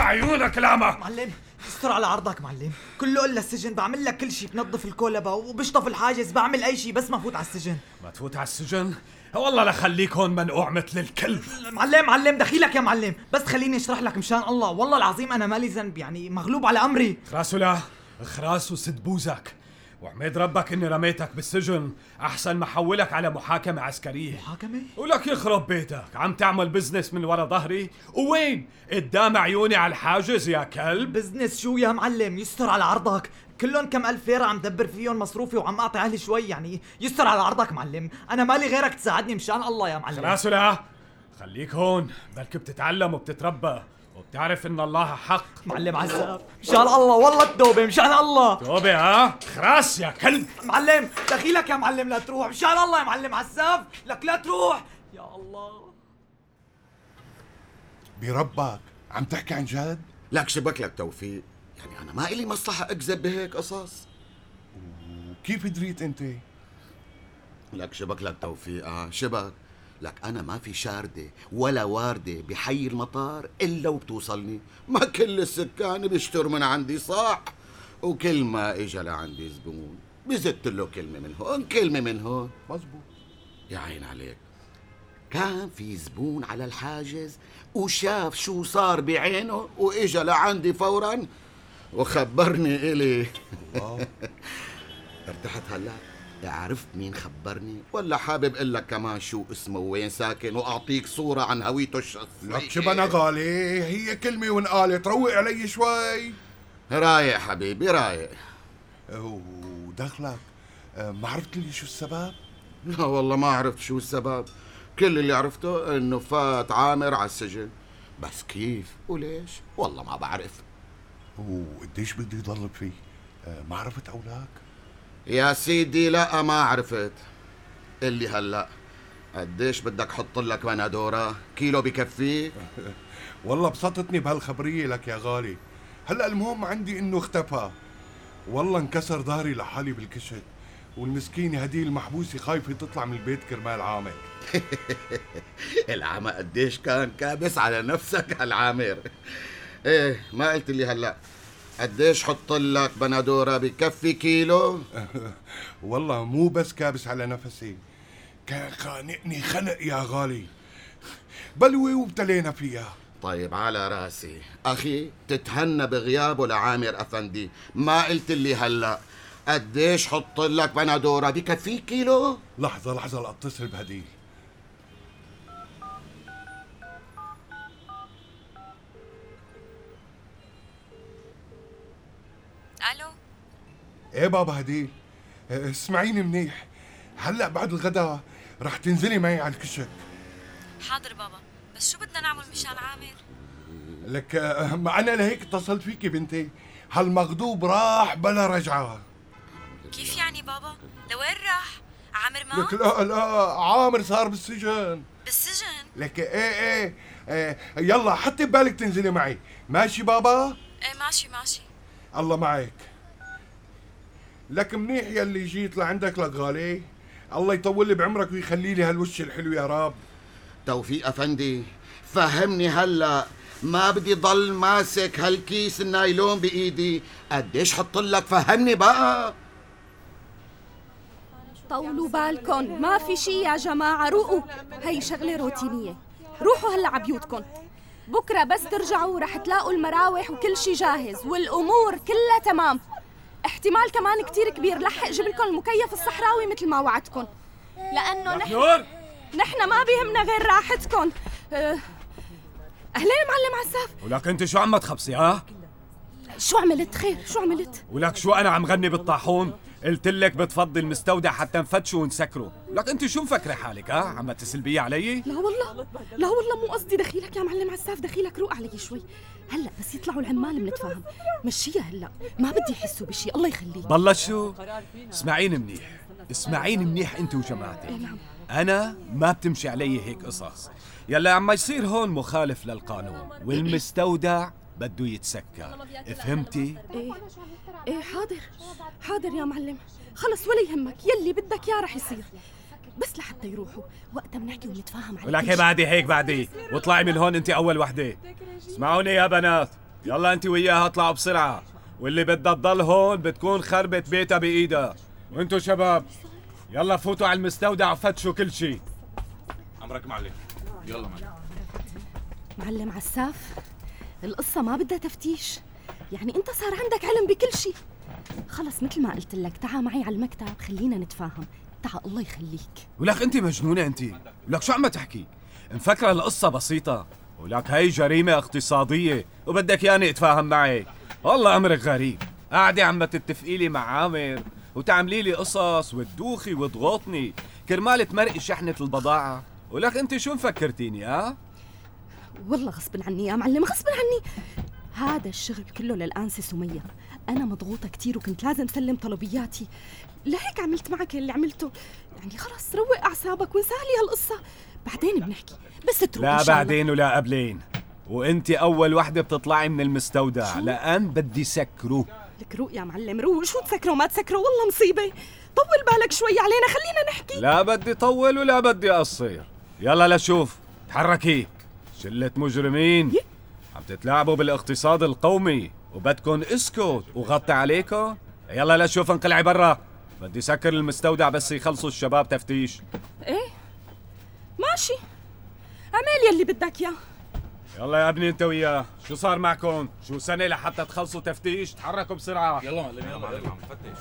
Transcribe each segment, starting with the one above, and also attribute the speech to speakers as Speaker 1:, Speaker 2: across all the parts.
Speaker 1: عيونك لعمة
Speaker 2: معلم استر على عرضك معلم كله قلنا السجن بعمل لك كل شيء بنظف الكولبا وبشطف الحاجز بعمل اي شيء بس ما فوت على السجن
Speaker 1: ما تفوت على السجن والله لخليك هون منقوع مثل الكلب
Speaker 2: معلم معلم دخيلك يا معلم بس خليني اشرح لك مشان الله والله العظيم انا مالي ذنب يعني مغلوب على امري
Speaker 1: خراسو لا خراسو سد بوزك وحميد ربك اني رميتك بالسجن احسن ما حولك على محاكمة عسكرية
Speaker 2: محاكمة
Speaker 1: ولك يخرب بيتك عم تعمل بزنس من ورا ظهري وين قدام عيوني على الحاجز يا كلب
Speaker 2: بزنس شو يا معلم يستر على عرضك كلهم كم ألف ليرة عم دبر فيهم مصروفي وعم أعطي أهلي شوي يعني يستر على عرضك معلم أنا مالي غيرك تساعدني مشان الله يا معلم
Speaker 1: خراسو لا خليك هون بلكي بتتعلم وبتتربى وبتعرف ان الله حق
Speaker 2: معلم عزاب مشان الله والله الدوبة مشان الله
Speaker 1: توبة ها خراس يا كلب
Speaker 2: معلم دخيلك يا معلم لا تروح مشان الله يا معلم عزاب لك لا تروح يا الله
Speaker 3: بربك عم تحكي عن جد؟
Speaker 4: لك شبك لك توفيق يعني انا ما الي مصلحه اكذب بهيك قصص
Speaker 3: كيف دريت انت؟
Speaker 4: لك شبك لك توفيق آه شبك لك انا ما في شارده ولا وارده بحي المطار الا وبتوصلني ما كل السكان بيشتروا من عندي صاع وكل ما اجى لعندي زبون بزت له كلمه من هون كلمه من هون
Speaker 3: مزبوط
Speaker 4: يا عين عليك كان في زبون على الحاجز وشاف شو صار بعينه واجا لعندي فورا وخبرني الي ارتحت هلا عرفت مين خبرني ولا حابب اقول لك كمان شو اسمه وين ساكن واعطيك صوره عن هويته الشخصيه
Speaker 3: لك شبنا غالي هي كلمة وانقالت روق علي شوي
Speaker 4: رايق حبيبي رايق
Speaker 3: ودخلك آه، ما عرفت لي شو السبب؟
Speaker 4: لا والله ما عرفت شو السبب كل اللي عرفته انه فات عامر على السجن بس كيف وليش والله ما بعرف
Speaker 3: وقديش بده يضل فيه؟ آه، ما عرفت اولاك؟
Speaker 4: يا سيدي لا ما عرفت اللي هلا قديش بدك حط لك بندوره كيلو بكفيك
Speaker 3: والله بسطتني بهالخبرية لك يا غالي هلا المهم عندي انه اختفى والله انكسر ظهري لحالي بالكشك والمسكينة هدي المحبوسة خايفة تطلع من البيت كرمال عامر
Speaker 4: العمى قديش كان كابس على نفسك هالعامر ايه ما قلت لي هلا قديش حط لك بندوره بكفي كيلو
Speaker 3: والله مو بس كابس على نفسي كان خانقني خنق يا غالي بلوة وابتلينا فيها
Speaker 4: طيب على راسي اخي تتهنى بغيابه لعامر افندي ما قلت لي هلا قديش حط لك بندوره بكفي كيلو
Speaker 3: لحظة لحظة لأتصل بهديل
Speaker 5: الو
Speaker 3: ايه بابا هديل اه، اسمعيني منيح هلا بعد الغداء رح تنزلي معي على الكشك
Speaker 5: حاضر بابا بس شو بدنا نعمل مشان عامر
Speaker 3: لك اه، ما انا لهيك اتصلت فيكي بنتي هالمغضوب راح بلا رجعه
Speaker 5: كيف يعني بابا لوين راح عامر
Speaker 3: لك
Speaker 5: ما
Speaker 3: لا لا عامر صار بالسجن
Speaker 5: بالسجن
Speaker 3: لك ايه ايه, ايه يلا حطي ببالك تنزلي معي ماشي بابا
Speaker 5: ايه ماشي ماشي
Speaker 3: الله معك لك منيح يلي جيت لعندك لك غالي الله يطول لي بعمرك ويخلي لي هالوش الحلو يا رب
Speaker 4: توفيق افندي فهمني هلا ما بدي ضل ماسك هالكيس النايلون بايدي قديش حط لك فهمني بقى
Speaker 6: طولوا بالكم ما في شي يا جماعة روقوا هي شغلة روتينية روحوا هلا على بيوتكم بكرة بس ترجعوا رح تلاقوا المراوح وكل شي جاهز والأمور كلها تمام احتمال كمان كتير كبير لحق جيب لكم المكيف الصحراوي مثل ما وعدتكم لأنه نحن
Speaker 1: نور
Speaker 6: نحن ما بيهمنا غير راحتكم أه، أهلين معلم عساف
Speaker 1: ولك انت شو عم تخبصي ها
Speaker 6: شو عملت خير شو عملت
Speaker 1: ولك شو انا عم غني بالطاحون قلت لك بتفضي المستودع حتى نفتشه ونسكره لك انت شو مفكره حالك ها عم تسلبيه علي
Speaker 6: لا والله لا والله مو قصدي دخيلك يا معلم عساف دخيلك روق علي شوي هلا بس يطلعوا العمال بنتفاهم مشيها هلا ما بدي يحسوا بشي الله يخليك
Speaker 1: بالله شو اسمعيني منيح اسمعيني منيح انت وجماعتك انا ما بتمشي علي هيك قصص يلا عم يصير هون مخالف للقانون والمستودع بده يتسكر فهمتي
Speaker 6: ايه ايه حاضر حاضر يا معلم خلص ولا يهمك يلي بدك يا رح يصير بس لحتى يروحوا وقتها بنحكي ونتفاهم على
Speaker 1: ولك
Speaker 6: كل
Speaker 1: هي
Speaker 6: شي.
Speaker 1: بعدي هيك بعدي واطلعي من هون انت اول وحده اسمعوني يا بنات يلا انت وياها اطلعوا بسرعه واللي بدها تضل هون بتكون خربت بيتها بايدها وانتو شباب يلا فوتوا على المستودع وفتشوا كل شيء
Speaker 7: امرك معلم يلا معلم
Speaker 6: معلم عساف القصة ما بدها تفتيش يعني انت صار عندك علم بكل شيء خلص مثل ما قلت لك تعا معي على المكتب خلينا نتفاهم تعا الله يخليك
Speaker 1: ولك انت مجنونه انت ولك شو عم تحكي مفكره القصه بسيطه ولك هي جريمه اقتصاديه وبدك ياني اتفاهم معك والله امرك غريب قاعده عم تتفقي لي مع عامر وتعملي لي قصص وتدوخي وتغوطني كرمال تمرقي شحنه البضاعه ولك انت شو مفكرتيني ها
Speaker 6: والله غصب عني يا معلم غصب عني هذا الشغل كله للأنسة سمية أنا مضغوطة كتير وكنت لازم سلم طلبياتي لهيك عملت معك اللي عملته يعني خلص روق أعصابك وانسى لي هالقصة بعدين بنحكي بس تروح إن
Speaker 1: لا
Speaker 6: شاء الله.
Speaker 1: بعدين ولا قبلين وانت اول وحده بتطلعي من المستودع لان بدي سكره
Speaker 6: لك روق يا معلم روق شو تسكره ما تسكره والله مصيبة طول بالك شوي علينا خلينا نحكي
Speaker 1: لا بدي طول ولا بدي قصير يلا لشوف تحركي شلة مجرمين عم تتلاعبوا بالاقتصاد القومي وبدكن اسكت وغطي عليكم يلا لشوف انقلعي برا بدي سكر المستودع بس يخلصوا الشباب تفتيش
Speaker 6: ماشي اعمل يلي بدك اياه
Speaker 1: يلا يا ابني انت وياه شو صار معكم شو سنة لحتى تخلصوا تفتيش تحركوا بسرعة
Speaker 7: يلا معلم يلا معلم عم فتش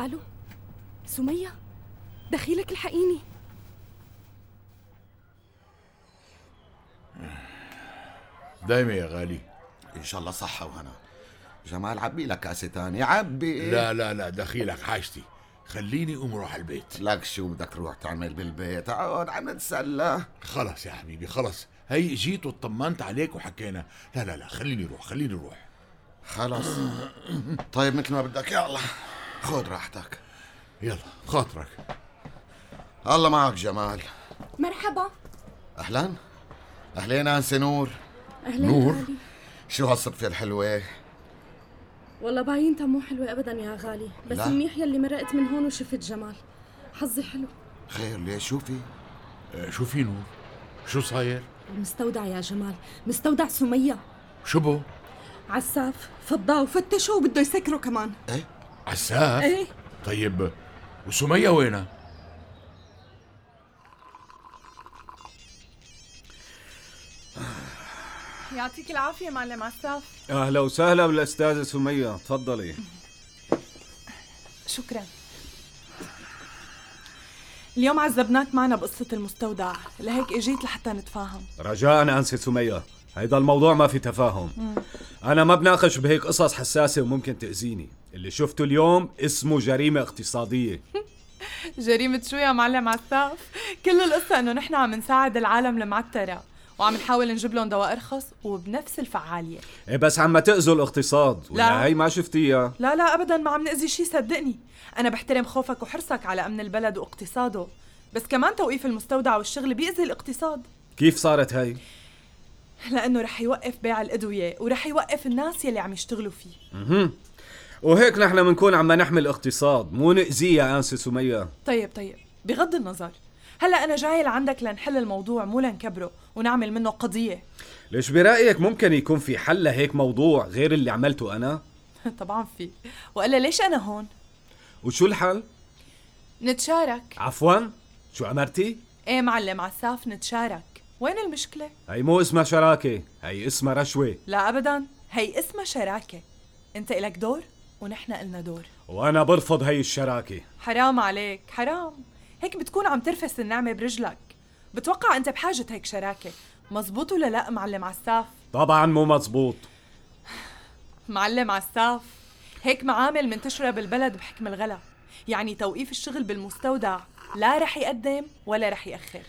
Speaker 6: الو سمية دخيلك الحقيني
Speaker 8: دايما يا غالي
Speaker 4: ان شاء الله صحه وهنا جمال عبي لك كاسه تانية عبي
Speaker 8: لا لا لا دخيلك حاجتي خليني قوم روح على البيت
Speaker 4: لك شو بدك تروح تعمل بالبيت اقعد عم نتسلى
Speaker 8: خلص يا حبيبي خلص هي جيت واطمنت عليك وحكينا لا لا لا خليني روح خليني روح
Speaker 4: خلص طيب مثل ما بدك يلا خذ راحتك
Speaker 8: يلا بخاطرك
Speaker 4: الله معك جمال
Speaker 6: مرحبا
Speaker 4: اهلا اهلين انسي نور
Speaker 6: اهلين
Speaker 8: نور.
Speaker 6: غالي
Speaker 4: شو هالصدفه الحلوه
Speaker 6: والله باينتها مو حلوة ابدا يا غالي بس
Speaker 4: لا.
Speaker 6: منيح يلي مرقت من هون وشفت جمال حظي حلو
Speaker 4: خير ليه شو في
Speaker 8: آه، شو في نور شو صاير
Speaker 6: المستودع يا جمال مستودع سمية
Speaker 8: شو بو
Speaker 6: عساف فضاه وفتشه وبده يسكره كمان
Speaker 8: عساف
Speaker 6: ايه
Speaker 8: طيب وسمية وينها
Speaker 9: يعطيك العافية معلم عساف
Speaker 1: اهلا وسهلا بالاستاذة سمية تفضلي
Speaker 9: شكرا اليوم عذبناك معنا بقصة المستودع لهيك اجيت لحتى نتفاهم
Speaker 1: رجاء انسة سمية هيدا الموضوع ما في تفاهم انا ما بناقش بهيك قصص حساسة وممكن تأذيني اللي شفته اليوم اسمه جريمة اقتصادية
Speaker 9: جريمة شو يا معلم عساف كل القصة انه نحن عم نساعد العالم المعترة وعم نحاول نجيب لهم دواء ارخص وبنفس الفعالية
Speaker 1: إيه بس عم تأذوا الاقتصاد ولا
Speaker 9: لا.
Speaker 1: هي ما شفتيها
Speaker 9: لا لا ابدا ما عم نأذي شي صدقني انا بحترم خوفك وحرصك على امن البلد واقتصاده بس كمان توقيف المستودع والشغل بيأذي الاقتصاد
Speaker 1: كيف صارت هي
Speaker 9: لانه رح يوقف بيع الادويه ورح يوقف الناس يلي عم يشتغلوا فيه
Speaker 1: وهيك نحن بنكون عم نحمي الاقتصاد مو نأذيه يا انسة سمية
Speaker 9: طيب طيب بغض النظر هلا انا جاي لعندك لنحل الموضوع مو لنكبره ونعمل منه قضيه
Speaker 1: ليش برأيك ممكن يكون في حل لهيك موضوع غير اللي عملته انا
Speaker 9: طبعا في والا ليش انا هون
Speaker 1: وشو الحل
Speaker 9: نتشارك
Speaker 1: عفوا شو امرتي
Speaker 9: ايه معلم عساف نتشارك وين المشكله
Speaker 1: هي مو اسمها شراكة هي اسمها رشوة
Speaker 9: لا ابدا هي اسمها شراكه انت إلك دور ونحن إلنا دور
Speaker 1: وانا برفض هي الشراكة
Speaker 9: حرام عليك حرام هيك بتكون عم ترفس النعمه برجلك بتوقع انت بحاجه هيك شراكه مزبوط ولا لا معلم عساف
Speaker 1: طبعا مو مزبوط
Speaker 9: معلم عساف هيك معامل منتشرة بالبلد بحكم الغلا يعني توقيف الشغل بالمستودع لا رح يقدم ولا رح يأخر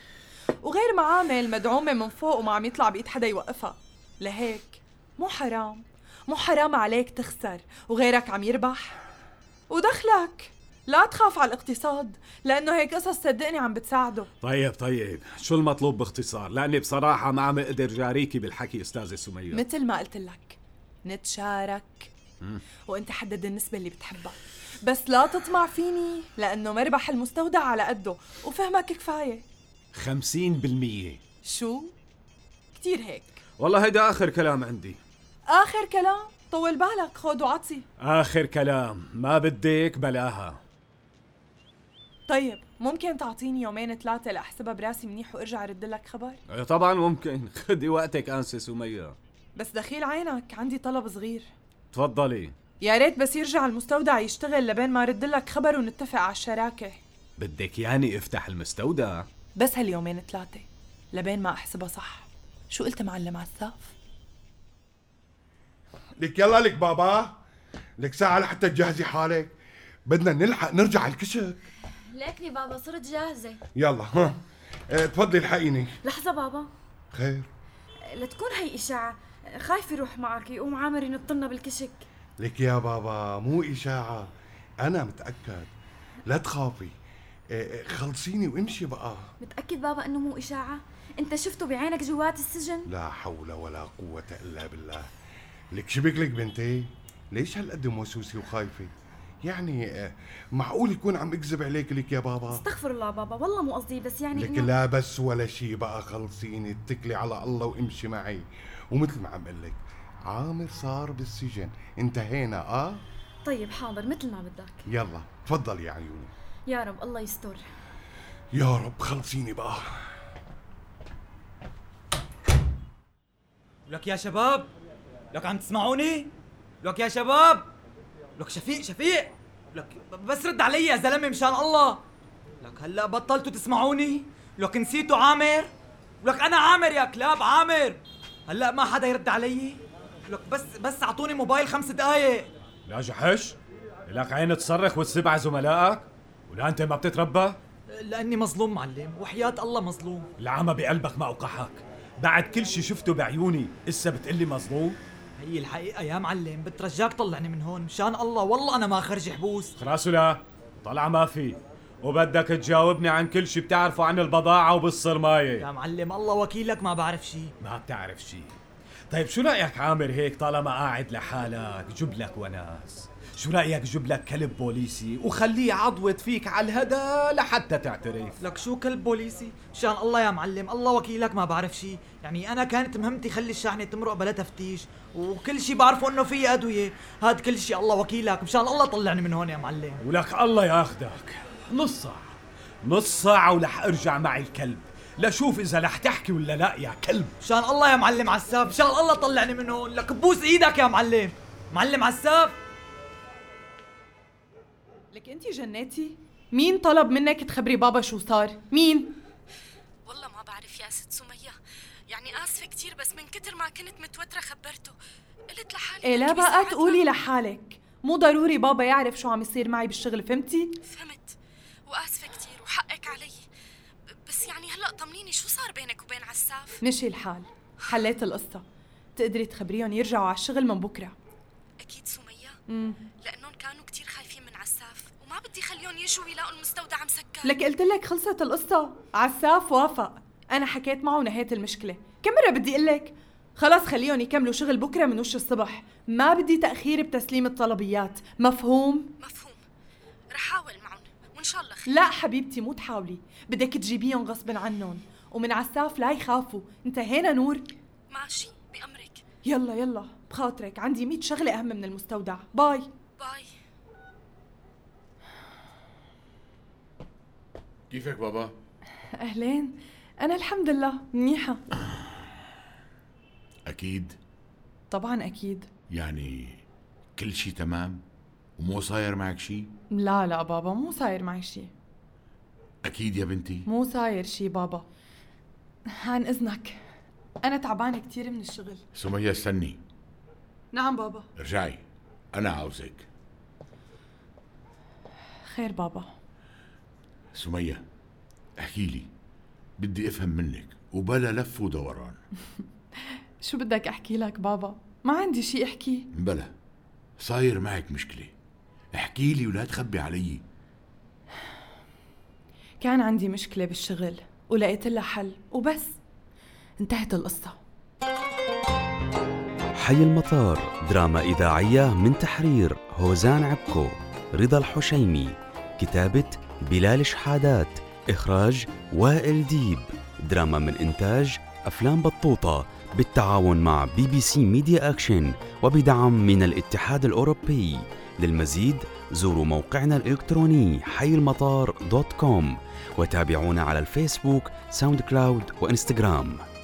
Speaker 9: وغير معامل مدعومة من فوق وما عم يطلع بإيد حدا يوقفها لهيك مو حرام مو حرام عليك تخسر وغيرك عم يربح ودخلك لا تخاف على الاقتصاد لأنه هيك قصص صدقني عم بتساعده
Speaker 1: طيب طيب شو المطلوب باختصار لاني بصراحة ما عم اقدر جاريكي بالحكي استاذة سمية
Speaker 9: مثل ما قلت لك نتشارك وانت حدد النسبة اللي بتحبها بس لا تطمع فيني لأنه مربح المستودع على قده وفهمك كفاية
Speaker 1: 50%
Speaker 9: شو؟ كتير هيك
Speaker 1: والله هيدا آخر كلام عندي
Speaker 9: آخر كلام طول بالك خود وعطي
Speaker 1: آخر كلام ما بدك بلاها
Speaker 9: طيب ممكن تعطيني يومين ثلاثة لأحسبها براسي منيح وأرجع رد لك خبر
Speaker 1: إيه طبعا ممكن خدي وقتك أنسة سمية
Speaker 9: بس دخيل عينك عندي طلب صغير
Speaker 1: تفضلي
Speaker 9: يا ريت بس يرجع المستودع يشتغل لبين ما رد لك خبر ونتفق على الشراكة
Speaker 1: بدك يعني افتح المستودع
Speaker 9: بس هاليومين ثلاثة لبين ما أحسبها صح شو قلت معلم عساف؟
Speaker 3: لك يلا لك بابا لك ساعة لحتى تجهزي حالك بدنا نلحق نرجع على الكشك
Speaker 5: ليكني بابا صرت جاهزة
Speaker 3: يلا ها آه، تفضلي الحقيني
Speaker 5: لحظة بابا
Speaker 3: خير
Speaker 5: لتكون هي إشاعة خايف يروح معك يقوم عامر ينطلنا بالكشك
Speaker 3: لك يا بابا مو إشاعة أنا متأكد لا تخافي آه، آه، خلصيني وامشي بقى
Speaker 5: متأكد بابا إنه مو إشاعة؟ أنت شفته بعينك جوات السجن؟
Speaker 3: لا حول ولا قوة إلا بالله لك شبك لك بنتي ليش هالقد موسوسة وخايفة يعني آه، معقول يكون عم اكذب عليك لك يا بابا
Speaker 5: استغفر الله بابا والله مو قصدي بس يعني
Speaker 3: لك لا بس ولا شيء بقى خلصيني اتكلي على الله وامشي معي ومثل ما عم اقول لك عامر صار بالسجن انتهينا اه
Speaker 5: طيب حاضر مثل ما بدك
Speaker 3: يلا تفضل يا عيوني
Speaker 5: يا رب الله يستر
Speaker 3: يا رب خلصيني بقى
Speaker 2: لك يا شباب لك عم تسمعوني لك يا شباب لك شفيق شفيق لك ب- بس رد علي يا زلمه مشان الله لك هلا بطلتوا تسمعوني لك نسيتوا عامر لك انا عامر يا كلاب عامر هلا ما حدا يرد علي لك بس بس اعطوني موبايل خمس دقايق
Speaker 1: لا جحش لك عين تصرخ وتسب على زملائك ولا أنت ما بتتربى
Speaker 2: لاني مظلوم معلم وحياه الله مظلوم
Speaker 1: العمى بقلبك ما أوقحك بعد كل شي شفته بعيوني إسا بتقلي مظلوم
Speaker 2: هي الحقيقة يا معلم بترجاك طلعني من هون مشان الله والله أنا ما خرج حبوس
Speaker 1: خلاص ولا طلع ما في وبدك تجاوبني عن كل شي بتعرفه عن البضاعة
Speaker 2: يا
Speaker 1: وبالصرماية
Speaker 2: معلم الله وكيلك ما بعرف شي
Speaker 1: ما بتعرف شي طيب شو رأيك عامر هيك طالما قاعد لحالك جيب لك وناس شو رأيك جيب لك كلب بوليسي وخليه عضوت فيك على الهدا لحتى تعترف
Speaker 2: لك شو كلب بوليسي مشان الله يا معلم الله وكيلك ما بعرف شي يعني أنا كانت مهمتي خلي الشحنة تمرق بلا تفتيش وكل شي بعرفه إنه في أدوية هاد كل شي الله وكيلك مشان الله طلعني من هون يا معلم
Speaker 1: ولك الله ياخدك نص ساعة نص ساعة ولح ارجع معي الكلب لشوف اذا رح تحكي ولا لا يا كلب
Speaker 2: مشان الله يا معلم عساف مشان الله طلعني من هون لك بوس إيدك يا معلم معلم عساف
Speaker 9: لك أنت جناتي مين طلب منك تخبري بابا شو صار؟ مين؟
Speaker 5: والله ما بعرف يا ست سمية يعني آسفة كتير بس من كتر ما كنت متوترة خبرته قلت لحالي
Speaker 9: إيه لا
Speaker 5: يمكن
Speaker 9: بقى
Speaker 5: يساعدنا.
Speaker 9: تقولي لحالك مو ضروري بابا يعرف شو عم يصير معي بالشغل فهمتي؟
Speaker 5: فهمت وآسفة كتير وحقك علي ب- بس يعني هلأ طمنيني شو صار بينك وبين عساف
Speaker 9: مشي الحال حليت القصة تقدري تخبريهم يرجعوا على الشغل من بكرة
Speaker 5: أكيد سمية لأنهم كانوا كتير خايفين من عساف وما بدي خليهم يجوا يلاقوا المستودع مسكر
Speaker 9: لك قلت لك خلصت القصة عساف وافق أنا حكيت معه ونهيت المشكلة كم مرة بدي أقول لك خلاص خليهم يكملوا شغل بكرة من وش الصبح ما بدي تأخير بتسليم الطلبيات مفهوم؟
Speaker 5: مفهوم رح أحاول معهم وإن شاء الله خير
Speaker 9: لا حبيبتي مو تحاولي بدك تجيبيهم غصب عنهم ومن عساف لا يخافوا انتهينا نور
Speaker 5: ماشي بأمرك
Speaker 9: يلا يلا بخاطرك عندي مئة شغلة أهم من المستودع باي
Speaker 5: باي
Speaker 8: كيفك بابا؟
Speaker 9: أهلين أنا الحمد لله منيحة
Speaker 8: أكيد
Speaker 9: طبعا أكيد
Speaker 8: يعني كل شيء تمام ومو صاير معك شيء؟
Speaker 9: لا لا بابا مو صاير معي شي
Speaker 8: أكيد يا بنتي
Speaker 9: مو صاير شي بابا عن إذنك أنا تعبانة كتير من الشغل
Speaker 8: سمية استني
Speaker 9: نعم بابا
Speaker 8: ارجعي أنا عاوزك
Speaker 9: خير بابا
Speaker 8: سمية احكي لي بدي أفهم منك وبلا لف ودوران
Speaker 9: شو بدك أحكي لك بابا ما عندي شي أحكيه
Speaker 8: بلا صاير معك مشكلة احكي لي ولا تخبي علي
Speaker 9: كان عندي مشكلة بالشغل ولقيت لها حل وبس انتهت القصة
Speaker 10: حي المطار دراما إذاعية من تحرير هوزان عبكو رضا الحشيمي كتابة بلال شحادات
Speaker 9: إخراج وائل ديب دراما من إنتاج أفلام بطوطة بالتعاون مع بي بي سي ميديا أكشن وبدعم من الاتحاد الأوروبي للمزيد زوروا موقعنا الإلكتروني حي المطار دوت كوم وتابعونا على الفيسبوك ساوند كلاود وإنستغرام